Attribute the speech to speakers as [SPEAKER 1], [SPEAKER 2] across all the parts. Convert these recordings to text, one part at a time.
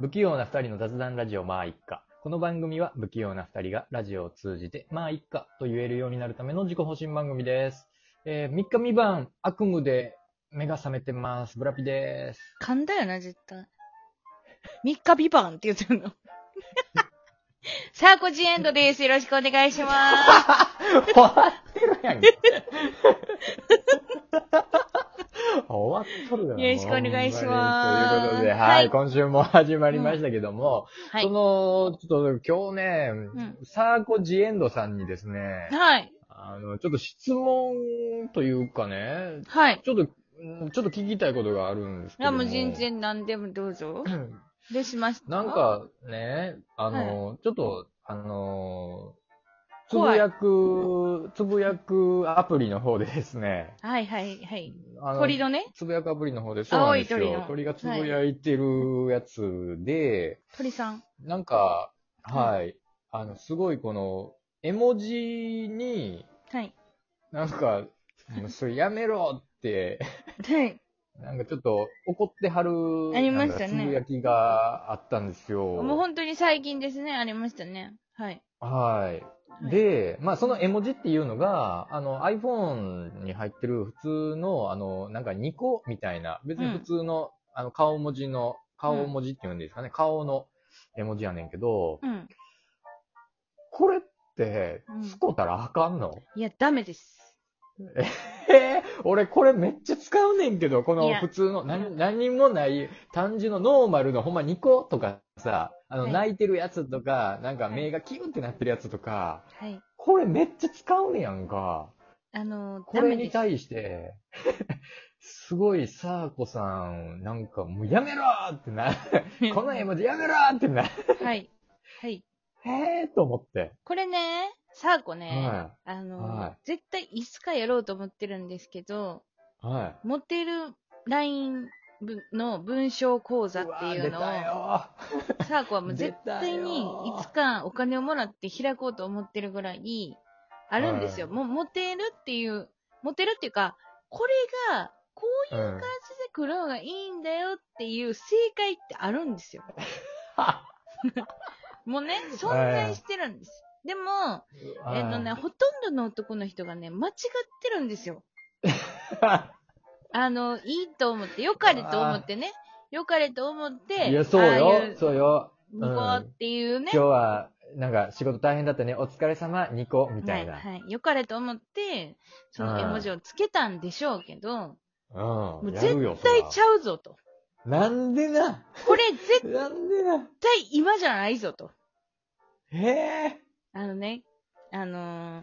[SPEAKER 1] 不器用な二人の雑談ラジオまあ一家。この番組は不器用な二人がラジオを通じてまあ一家と言えるようになるための自己保身番組です。えー、3日三晩悪夢で目が覚めてます。ブラピです。
[SPEAKER 2] 噛んだよな、絶対。三日ビバンって言ってるの。 さあ、コチエンドです。よろしくお願いしま す。
[SPEAKER 1] 終わってるやんけ。終わっとるよな
[SPEAKER 2] よろしくお願いします
[SPEAKER 1] ほんまにということで、は、
[SPEAKER 2] はいい
[SPEAKER 1] 今週も始まりましたけども、
[SPEAKER 2] はい
[SPEAKER 1] そ。の、ちょっと今日ね、
[SPEAKER 2] うん
[SPEAKER 1] サーコジエンドさんにですね、
[SPEAKER 2] はい。
[SPEAKER 1] あの、ちょっと質問というかね、
[SPEAKER 2] はい。
[SPEAKER 1] ちょっと、うんちょっと聞きたいことがあるんです
[SPEAKER 2] い
[SPEAKER 1] けど
[SPEAKER 2] や、
[SPEAKER 1] も。
[SPEAKER 2] もう全。然何でもどうぞ。どうしました
[SPEAKER 1] なん、かね、あの、ちょっと、あの、つぶ
[SPEAKER 2] 怖い
[SPEAKER 1] やく、つぶやくアプリの方でですね、
[SPEAKER 2] はいはいはい。
[SPEAKER 1] あの、
[SPEAKER 2] 鳥のね、
[SPEAKER 1] つぶやくアプリの方で、そうなんですよ。
[SPEAKER 2] 青い
[SPEAKER 1] 鳥
[SPEAKER 2] 鳥の
[SPEAKER 1] がつぶやいてるやつで、
[SPEAKER 2] 鳥さん。
[SPEAKER 1] なんか、
[SPEAKER 2] は
[SPEAKER 1] はい、あの、すごいこの、絵文字に、
[SPEAKER 2] はい。
[SPEAKER 1] なんか、もうそれやめろって、
[SPEAKER 2] はい。
[SPEAKER 1] なんかちょっと怒ってはる、
[SPEAKER 2] ありました
[SPEAKER 1] な
[SPEAKER 2] ね
[SPEAKER 1] んかつぶやきがあったんですよ。
[SPEAKER 2] もう本当に最近ですね、ありましたね。はい。
[SPEAKER 1] はい。で、まあその絵文字っていうのが、あの iPhone に入ってる普通の、あの、なんかニコみたいな、別に普通の、あの顔文字の、顔文字っていうんですかね、顔の絵文字やねんけど、
[SPEAKER 2] うん。
[SPEAKER 1] これって
[SPEAKER 2] うん、
[SPEAKER 1] 使うたらあかんの、
[SPEAKER 2] いや、ダメです。
[SPEAKER 1] えー 俺これめっちゃ使うねんけど、こ
[SPEAKER 2] い
[SPEAKER 1] の
[SPEAKER 2] や
[SPEAKER 1] 普通の、何何もない、単純のノーマルのほんま2個とかさ、あの
[SPEAKER 2] はい
[SPEAKER 1] 泣いてるやつとか、なんか
[SPEAKER 2] はい
[SPEAKER 1] 目がキュンってなってるやつとか、
[SPEAKER 2] はい。
[SPEAKER 1] これめっちゃ使うねやんか。
[SPEAKER 2] あの、
[SPEAKER 1] こ
[SPEAKER 2] ダ
[SPEAKER 1] れ
[SPEAKER 2] メ
[SPEAKER 1] に
[SPEAKER 2] です。
[SPEAKER 1] 対して、すごいサーコさん、なんかもうやめろーって な、この絵文字やめろーってな、
[SPEAKER 2] はい。はい。
[SPEAKER 1] へーと思って。
[SPEAKER 2] これね、サーコね、
[SPEAKER 1] は
[SPEAKER 2] あの、
[SPEAKER 1] は
[SPEAKER 2] 絶対いつかやろうと思ってるんですけど、
[SPEAKER 1] い。はい。
[SPEAKER 2] 持ってる LINE ぶの文章講座っていうのを
[SPEAKER 1] わ、
[SPEAKER 2] サーコはもう絶対
[SPEAKER 1] 出
[SPEAKER 2] に
[SPEAKER 1] たよ
[SPEAKER 2] いつかお金をもらって開こうと思ってるぐらい、あるんですよ。
[SPEAKER 1] はい
[SPEAKER 2] もう持てるっていう、持てるっていうか、これが、こ
[SPEAKER 1] 出
[SPEAKER 2] う
[SPEAKER 1] た
[SPEAKER 2] いう
[SPEAKER 1] よーうん
[SPEAKER 2] 感じで来るのがいいんだよっていう正解ってあるんで すよ。もうね、存在してるんです。でも、えっとね、ほとんどの男の人がね、間違ってるんですよ。あの、いいと思って、良かれと思ってね。良かれと思って、
[SPEAKER 1] いや、そう
[SPEAKER 2] あ
[SPEAKER 1] よ
[SPEAKER 2] あい。う
[SPEAKER 1] そうよ。
[SPEAKER 2] ニコっていうね。
[SPEAKER 1] 今日は、なんか仕事大変だったね。お疲れ様、ニコ、みたいな。
[SPEAKER 2] はい、はい。良かれと思って、その絵文字をつけたんでしょうけど、も
[SPEAKER 1] う。
[SPEAKER 2] うん絶
[SPEAKER 1] やるよ。そら
[SPEAKER 2] 対ちゃうぞと。
[SPEAKER 1] なんでな。
[SPEAKER 2] これ絶
[SPEAKER 1] なんでな。
[SPEAKER 2] 対今じゃないぞと。
[SPEAKER 1] へえ。
[SPEAKER 2] あのね、あのー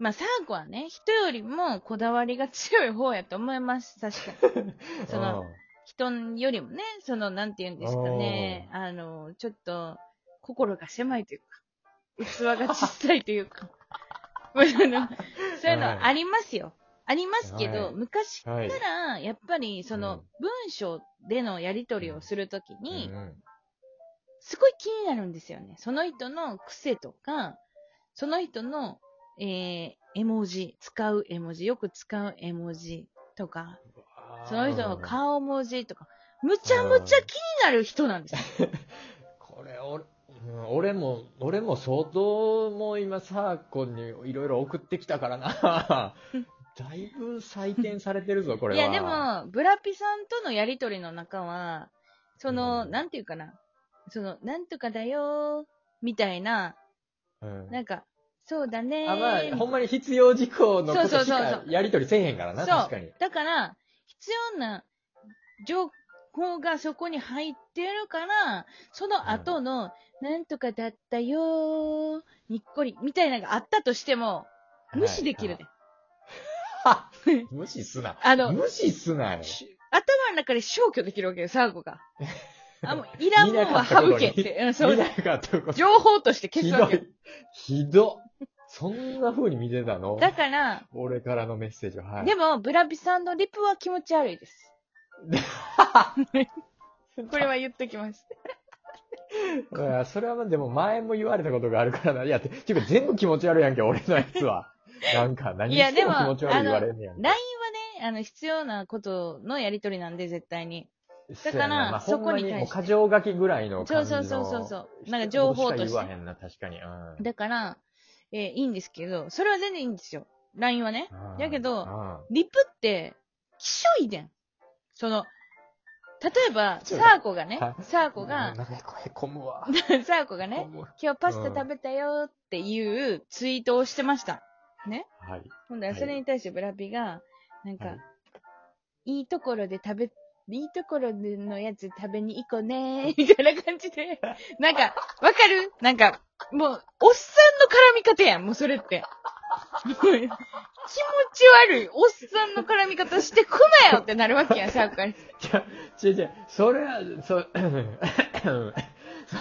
[SPEAKER 2] まあ、サーコはね、人よりもこだわりが強い方やと思います。確かに。その
[SPEAKER 1] うん
[SPEAKER 2] 人よりもね、その、なんて言うんですかね、あの、ちょっと、心が狭いというか、器が小さいというか、 もうそのそういうのありますよ。ありますけど、
[SPEAKER 1] はい
[SPEAKER 2] 昔か
[SPEAKER 1] はい
[SPEAKER 2] ら、やっぱり、そうの
[SPEAKER 1] ん、
[SPEAKER 2] 文章でのやり取りをするときに
[SPEAKER 1] う、ん
[SPEAKER 2] すごい気になるんですよね。その人の癖とか、その人の、えー、絵文字、使う絵文字、よく使う絵文字とか、その人の顔文字とか、むちゃむちゃ気になる人なんですよ。
[SPEAKER 1] これ俺、うん俺も、俺も相当もう今サーコンにいろいろ送ってきたから な。だいぶ採点されてるぞ、これ
[SPEAKER 2] い
[SPEAKER 1] は。
[SPEAKER 2] や、でも、ブラピさんとのやりとりの中は、その、
[SPEAKER 1] うん
[SPEAKER 2] なんていうかな、その、なんとかだよー、みたいな、
[SPEAKER 1] うん、
[SPEAKER 2] なんか、そうだねー。
[SPEAKER 1] あ、まあ、ほんまに必要事項のこと
[SPEAKER 2] そうそう
[SPEAKER 1] し
[SPEAKER 2] そうそう
[SPEAKER 1] かやりとりせえへんからな、
[SPEAKER 2] そ
[SPEAKER 1] 確かに
[SPEAKER 2] う。。だから、必要な情報がそこに入ってるから、その後の、なんとかだったよー、にっこり、みたいなのがあったとしても、無視できるね。
[SPEAKER 1] はい。あ無視すな。
[SPEAKER 2] あの、
[SPEAKER 1] 無視すなよ。
[SPEAKER 2] し頭の中で消去できるわけよ、サー ゴが。あ、もう、いらんもんは省けって。うん、そ
[SPEAKER 1] 見
[SPEAKER 2] う
[SPEAKER 1] な。かったこと。
[SPEAKER 2] 情報として消
[SPEAKER 1] ひ
[SPEAKER 2] すわ
[SPEAKER 1] ど
[SPEAKER 2] けよ。
[SPEAKER 1] い。ひど。そんな風に見てたの
[SPEAKER 2] だから、
[SPEAKER 1] 俺からのメッセージは。はい。
[SPEAKER 2] でも、ブラビさんのリプは気持ち悪いです。これは言っときます。
[SPEAKER 1] いや、それはまあでも前も言われたことがあるからな。いや、てていうか全部気持ち悪いやんけ、俺のやつ は。なんか、何
[SPEAKER 2] いや
[SPEAKER 1] しても
[SPEAKER 2] でも
[SPEAKER 1] 気持ち悪い言われんねやんけ。
[SPEAKER 2] LINE はね、あの、必要なことのやりとりなんで、絶対に。だ
[SPEAKER 1] そ
[SPEAKER 2] から
[SPEAKER 1] うやなまあ、
[SPEAKER 2] そこに対して
[SPEAKER 1] ほんまもう過剰書きぐらいの
[SPEAKER 2] そ
[SPEAKER 1] 感
[SPEAKER 2] う
[SPEAKER 1] じの
[SPEAKER 2] そうそうそうそう。なんか情報と
[SPEAKER 1] 一言し
[SPEAKER 2] し
[SPEAKER 1] か言わ
[SPEAKER 2] て。
[SPEAKER 1] へんな、確かに。うん。
[SPEAKER 2] だから、えーいいんですけど、それは全然いいんですよ。LINE はね。
[SPEAKER 1] うん
[SPEAKER 2] やけど
[SPEAKER 1] うん
[SPEAKER 2] リプって、きしょいでん。その、例えば、
[SPEAKER 1] きしょ
[SPEAKER 2] サ
[SPEAKER 1] いな
[SPEAKER 2] ーコがね
[SPEAKER 1] は、
[SPEAKER 2] サーコが
[SPEAKER 1] うん、なんかへこへこむわ。
[SPEAKER 2] サーコが
[SPEAKER 1] へこ
[SPEAKER 2] ね、
[SPEAKER 1] むわ
[SPEAKER 2] 今日パスタ食べたよっていうツイートをしてました。
[SPEAKER 1] はい。
[SPEAKER 2] ほんだら
[SPEAKER 1] はい
[SPEAKER 2] それに対してブラピが、なん
[SPEAKER 1] は
[SPEAKER 2] か
[SPEAKER 1] い、
[SPEAKER 2] いいところで食べ、いいところでのやつ食べに行こうねー、 みたいな感じで、なんか、わかるなんか、もう、おっさんの絡み方やん、もうそれって。 もう気持ち悪い、おっさんの絡み方してくなよってなるわけやん、サークから。
[SPEAKER 1] じゃ、違う違う、それは、そ、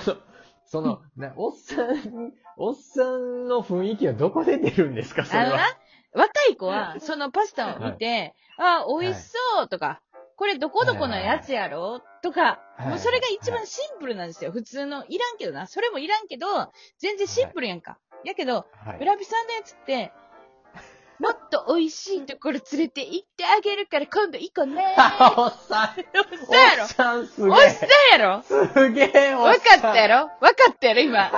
[SPEAKER 1] その、その、な、おっさん、おっさんの雰囲気はどこで出るんですか、それ
[SPEAKER 2] あのな
[SPEAKER 1] は。、
[SPEAKER 2] 若い子は、そのパスタを見て、ああ、美味しそうとか、これどこどこのやつやろとか、
[SPEAKER 1] はい
[SPEAKER 2] もうそれが一番シンプルなんですよ。普通の、いらんけどな。それもいらんけど、全然シンプルやんか。やけど、
[SPEAKER 1] はい。
[SPEAKER 2] 村ラさんのやつって、もっと美味しいところ連れて行ってあげるから今度行こうね
[SPEAKER 1] おっさん、
[SPEAKER 2] おっ
[SPEAKER 1] お
[SPEAKER 2] さんや
[SPEAKER 1] っ
[SPEAKER 2] ろ
[SPEAKER 1] さんすげ
[SPEAKER 2] お
[SPEAKER 1] え。
[SPEAKER 2] っさんやろ
[SPEAKER 1] すげえ、おっ
[SPEAKER 2] 分
[SPEAKER 1] さん。
[SPEAKER 2] かったやろ分かったやろ今。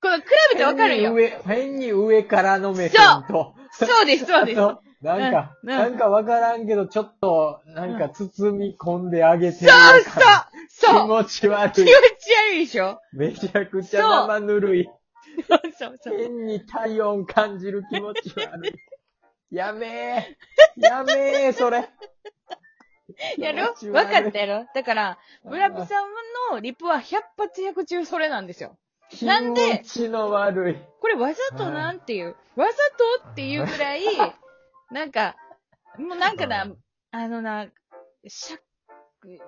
[SPEAKER 2] この比べて分かる
[SPEAKER 1] 変
[SPEAKER 2] ん
[SPEAKER 1] に
[SPEAKER 2] よ。
[SPEAKER 1] 上、変に上からの目線と。
[SPEAKER 2] そうです、そうです。
[SPEAKER 1] あとなんか、
[SPEAKER 2] うん
[SPEAKER 1] なんかわからんけど、ちょっと、なんか包み込んであげてる
[SPEAKER 2] そ
[SPEAKER 1] 感
[SPEAKER 2] う
[SPEAKER 1] じ。
[SPEAKER 2] そうそう
[SPEAKER 1] 気持ち悪
[SPEAKER 2] 気
[SPEAKER 1] い
[SPEAKER 2] 持ち。悪いでしょ
[SPEAKER 1] めちゃくちゃ生ぬるい。
[SPEAKER 2] そうそう。
[SPEAKER 1] 変に体温感じる気持ち悪 い。やめえ。やめえ、それ。
[SPEAKER 2] やろ
[SPEAKER 1] 気持ち
[SPEAKER 2] 分
[SPEAKER 1] 悪い
[SPEAKER 2] かったやろだから、村ピさんのリプは100発100中それなんですよ。なんで
[SPEAKER 1] 気持ちの悪い。
[SPEAKER 2] これわざとなんていう、わざとっていうぐら い、なんか、もうなんかな
[SPEAKER 1] うん、
[SPEAKER 2] あのな、しゃ、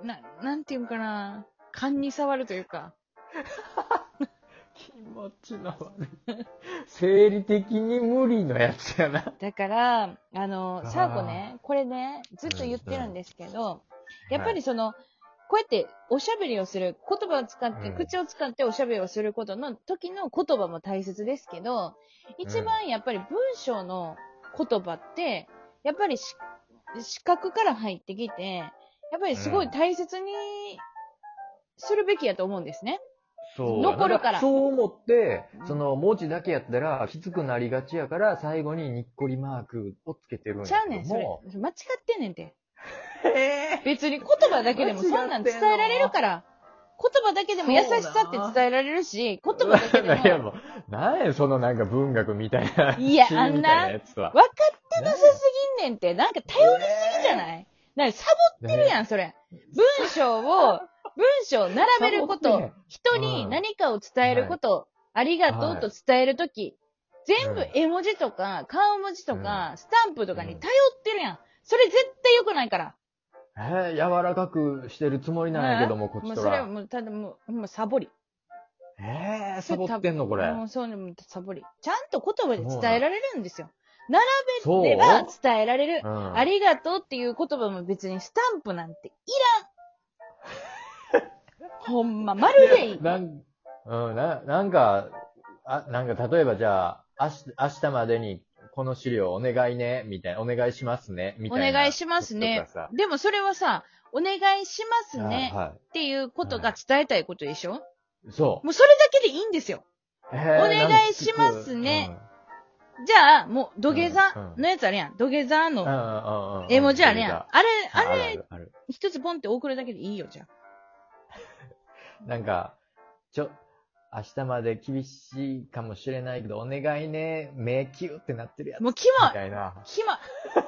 [SPEAKER 2] な、なんていうんかな、勘に触るというか、
[SPEAKER 1] 気持ちの悪い。生理的に無理のやつやな。
[SPEAKER 2] だから、あの
[SPEAKER 1] あ、ー
[SPEAKER 2] サーコね、これね、ずっと言ってるんですけど、やっぱりその、こうやっておしゃべりをする、言葉を使って、
[SPEAKER 1] うん
[SPEAKER 2] 口を使っておしゃべりをすることの時の言葉も大切ですけど、一番やっぱり文章の言葉って、やっぱりし視覚から入ってきて、やっぱりすごい大切にするべきやと思うんですね。
[SPEAKER 1] そう。
[SPEAKER 2] 残るから
[SPEAKER 1] そう思って
[SPEAKER 2] う、ん
[SPEAKER 1] その、文字だけやったら、きつくなりがちやから、最後ににっこりマークをつけてるんやけ
[SPEAKER 2] ちゃう
[SPEAKER 1] ど
[SPEAKER 2] ね
[SPEAKER 1] も
[SPEAKER 2] ん、それ。間違ってんねんて。
[SPEAKER 1] え
[SPEAKER 2] 別に言葉だけでもそんなん伝えられるから。言葉だけでも優しさって伝えられるし、言葉だけでも。
[SPEAKER 1] いやもう、なんやそのなんか文学みたいな。
[SPEAKER 2] いや
[SPEAKER 1] 詩み たいやつは。
[SPEAKER 2] 分かってなさすぎんねんって、なんか頼りすぎじゃないなんかサボってるやん、それ。文章を、文章を並べるこ
[SPEAKER 1] サボってへ
[SPEAKER 2] と
[SPEAKER 1] ん、
[SPEAKER 2] 人に何かを伝えること、ありがとうと伝えるとき、全
[SPEAKER 1] う
[SPEAKER 2] 部
[SPEAKER 1] ん
[SPEAKER 2] 絵文字とか、顔文字とか、スタンプとかに頼ってるやん。それ絶対良くないから。
[SPEAKER 1] えー、柔らかくしてるつもりなんやけども、こっ
[SPEAKER 2] も
[SPEAKER 1] ち
[SPEAKER 2] う
[SPEAKER 1] と
[SPEAKER 2] それ
[SPEAKER 1] ら。
[SPEAKER 2] はもう、ただもう、もうサボり。
[SPEAKER 1] えー、サボってんのこれ。
[SPEAKER 2] もうそうね、もうサボり。ちゃんと言葉で伝えられるんですよ。
[SPEAKER 1] そう。
[SPEAKER 2] では伝えられる
[SPEAKER 1] う。ん、
[SPEAKER 2] ありがとうっていう言葉も別にスタンプなんていらん。 ほんま、まるでいい。
[SPEAKER 1] なん、うん、な、なんか、あ、なんか例えばじゃあ、明日、明日までにこの資料お願いね、みたいな、お願いしますね、みたいな。
[SPEAKER 2] お願いしますね
[SPEAKER 1] とかさ。
[SPEAKER 2] でもそれはさ、お願いしますね
[SPEAKER 1] はいは
[SPEAKER 2] っていうことが伝えたいことでしょ
[SPEAKER 1] い。そう。
[SPEAKER 2] もうそれだけでいいんですよ。
[SPEAKER 1] えー
[SPEAKER 2] お願いしますね。じゃあ、もう土下座のやつあるやん。土下座
[SPEAKER 1] なん
[SPEAKER 2] の
[SPEAKER 1] かうんうんうんうんうん。
[SPEAKER 2] 絵文字あるやん。あれ、あ
[SPEAKER 1] ある
[SPEAKER 2] れ、
[SPEAKER 1] ある
[SPEAKER 2] 一つポンって送るだけでいいよ、じゃあ。
[SPEAKER 1] なんか、ちょ、明日まで厳しいかもしれないけど、お願いね、迷宮ってなってるやつ。
[SPEAKER 2] もうキ
[SPEAKER 1] み
[SPEAKER 2] モい
[SPEAKER 1] たいな。
[SPEAKER 2] キモ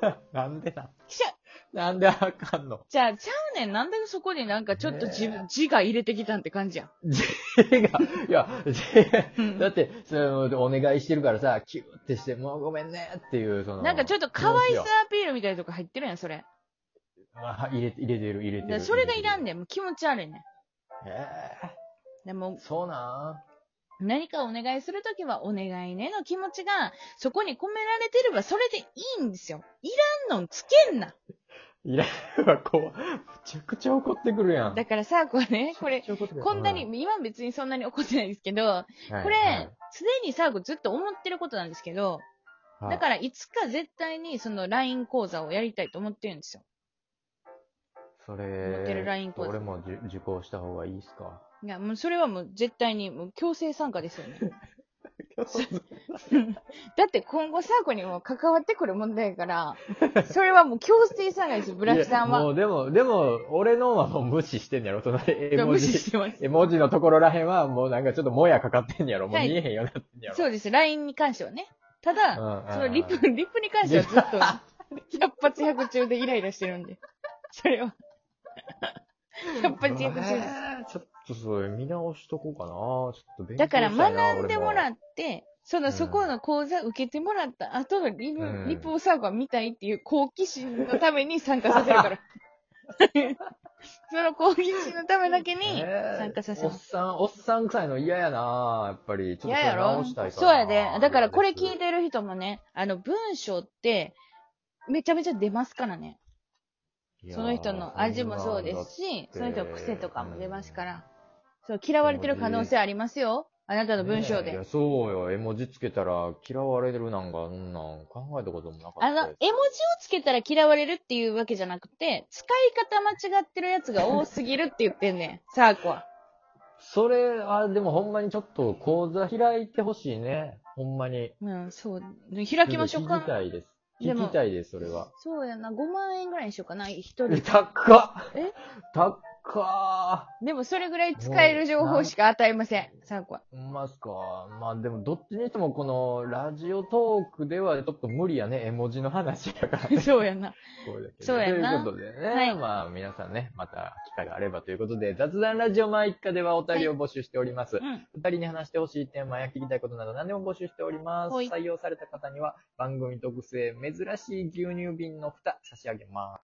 [SPEAKER 2] い
[SPEAKER 1] なんでな、
[SPEAKER 2] きしょい
[SPEAKER 1] なんであかんの
[SPEAKER 2] じゃあ、ちゃうねん。なんでそこになんかちょっと自
[SPEAKER 1] ね
[SPEAKER 2] 分、字が入れてきたんって感じやん。
[SPEAKER 1] 手が、いや、 手
[SPEAKER 2] うん
[SPEAKER 1] だって、その、お願いしてるからさ、キューってして、もうごめんねっていう、その。
[SPEAKER 2] なんかちょっと可愛さアピールみたいなとこ入ってるやん、それ。
[SPEAKER 1] あ入れて、入れてる、入れ
[SPEAKER 2] だ
[SPEAKER 1] て
[SPEAKER 2] から
[SPEAKER 1] る。
[SPEAKER 2] それがいらん
[SPEAKER 1] ね
[SPEAKER 2] ねん。もう気持ち悪いね
[SPEAKER 1] ん。え
[SPEAKER 2] ん。でも
[SPEAKER 1] ー、、そうなん
[SPEAKER 2] 何かお願いするときは、お願いねの気持ちが、そこに込められてれば、それでいいんですよ。いらんのんつけんな。
[SPEAKER 1] いらん わ、こう。むちゃくちゃ怒ってくるやん。
[SPEAKER 2] だからさ、これ ね、これ、
[SPEAKER 1] めちゃくちゃ怒ってくる
[SPEAKER 2] こんなに、、今別にそんなに怒ってないですけど、
[SPEAKER 1] うん
[SPEAKER 2] これ、常にさ、こうずっと思ってることなんですけど、だからいつか絶対にその LINE 講座をやりたいと思ってるんですよ。
[SPEAKER 1] そ
[SPEAKER 2] 持ってる
[SPEAKER 1] れ、
[SPEAKER 2] ライン
[SPEAKER 1] ちょ
[SPEAKER 2] 講
[SPEAKER 1] っ
[SPEAKER 2] 座
[SPEAKER 1] と俺も受受講した方がいいっすか
[SPEAKER 2] いや、もうそれはもう絶対にもう強制参加ですよね。 だって今後サーコにも関わってくる問題やから、それはもう強制参加です よ、ブラキさん
[SPEAKER 1] いやも
[SPEAKER 2] は。
[SPEAKER 1] うでも、でも、俺のはもう無視してんやろ、その絵文
[SPEAKER 2] 無視し
[SPEAKER 1] 字。
[SPEAKER 2] てます。
[SPEAKER 1] 絵文字のところらへんは、もうなんかちょっともやかかってんやろ。もう
[SPEAKER 2] はい
[SPEAKER 1] 見えへんようになってんやろ。
[SPEAKER 2] そうです、LINE に関してはね。ただ、
[SPEAKER 1] うんうん
[SPEAKER 2] そのリップ、リップに関してはずっと、百発百中でイライラしてるんで。それは。百発 百中です。
[SPEAKER 1] えーちょっとそれ見直しとこうかな。ちょっと勉強
[SPEAKER 2] だから学んでもら
[SPEAKER 1] っ
[SPEAKER 2] って、その、
[SPEAKER 1] うん
[SPEAKER 2] そこの講座受けてもらった後のリプ、
[SPEAKER 1] うん
[SPEAKER 2] リプをサーコは見たいっていう好奇心のために参加させ るから。その好奇心のためだけに参加させ
[SPEAKER 1] お
[SPEAKER 2] ま
[SPEAKER 1] っ
[SPEAKER 2] す。
[SPEAKER 1] さん、おっさん臭いの嫌やなやっぱり。ちょっと
[SPEAKER 2] 嫌
[SPEAKER 1] それ
[SPEAKER 2] やろ
[SPEAKER 1] 直したいか
[SPEAKER 2] そう
[SPEAKER 1] らな
[SPEAKER 2] やで。だからこれ聞い
[SPEAKER 1] て。
[SPEAKER 2] てる人もね、あの、文章って、めちゃめちゃ出ますからね。
[SPEAKER 1] いやー
[SPEAKER 2] その人の味もそうです。し、
[SPEAKER 1] そ
[SPEAKER 2] そ
[SPEAKER 1] んな
[SPEAKER 2] の
[SPEAKER 1] んだ
[SPEAKER 2] 人
[SPEAKER 1] って
[SPEAKER 2] の癖とかも出ますから。そう、嫌われてる可能性ありますよ。あなた
[SPEAKER 1] そん
[SPEAKER 2] の
[SPEAKER 1] な
[SPEAKER 2] 文章
[SPEAKER 1] ねえい
[SPEAKER 2] で
[SPEAKER 1] や。そうよ。絵文字つけたら嫌われるなんか、そんなん考えたこともなかった
[SPEAKER 2] あ
[SPEAKER 1] です。
[SPEAKER 2] の、絵文字をつけたら嫌われるっていうわけじゃなくて、使い方間違ってるやつが多すぎるって言ってんねん、 サーコは。
[SPEAKER 1] それは、でもほんまにちょっと講座開いてほしいね。ほんまに。
[SPEAKER 2] うん、そう。開きましょう
[SPEAKER 1] 聞き
[SPEAKER 2] か。
[SPEAKER 1] たいです。
[SPEAKER 2] でも
[SPEAKER 1] 聞きたいです、それは。
[SPEAKER 2] そうやな、5万円ぐらいにしようかな、一人。
[SPEAKER 1] 高っ
[SPEAKER 2] え
[SPEAKER 1] 高
[SPEAKER 2] でもそれぐらい使える情報しか与えません、サーコは。
[SPEAKER 1] っまっすか。まあでも、どっちにしてもこの、ラジオトークではちょっと無理やね、絵文字の話やから、ね。
[SPEAKER 2] そうや な。
[SPEAKER 1] これだけで
[SPEAKER 2] そうやな
[SPEAKER 1] ということでね、
[SPEAKER 2] はい
[SPEAKER 1] まあ皆さんね、また機会があればということで、雑談ラジオ前一家ではお便りを募集しております。
[SPEAKER 2] うん。
[SPEAKER 1] 二人に話してほしいテーマや聞きたいことなど何でも募集しております。
[SPEAKER 2] はい
[SPEAKER 1] 採用された方には番組特製珍しい牛乳瓶の蓋差し上げます。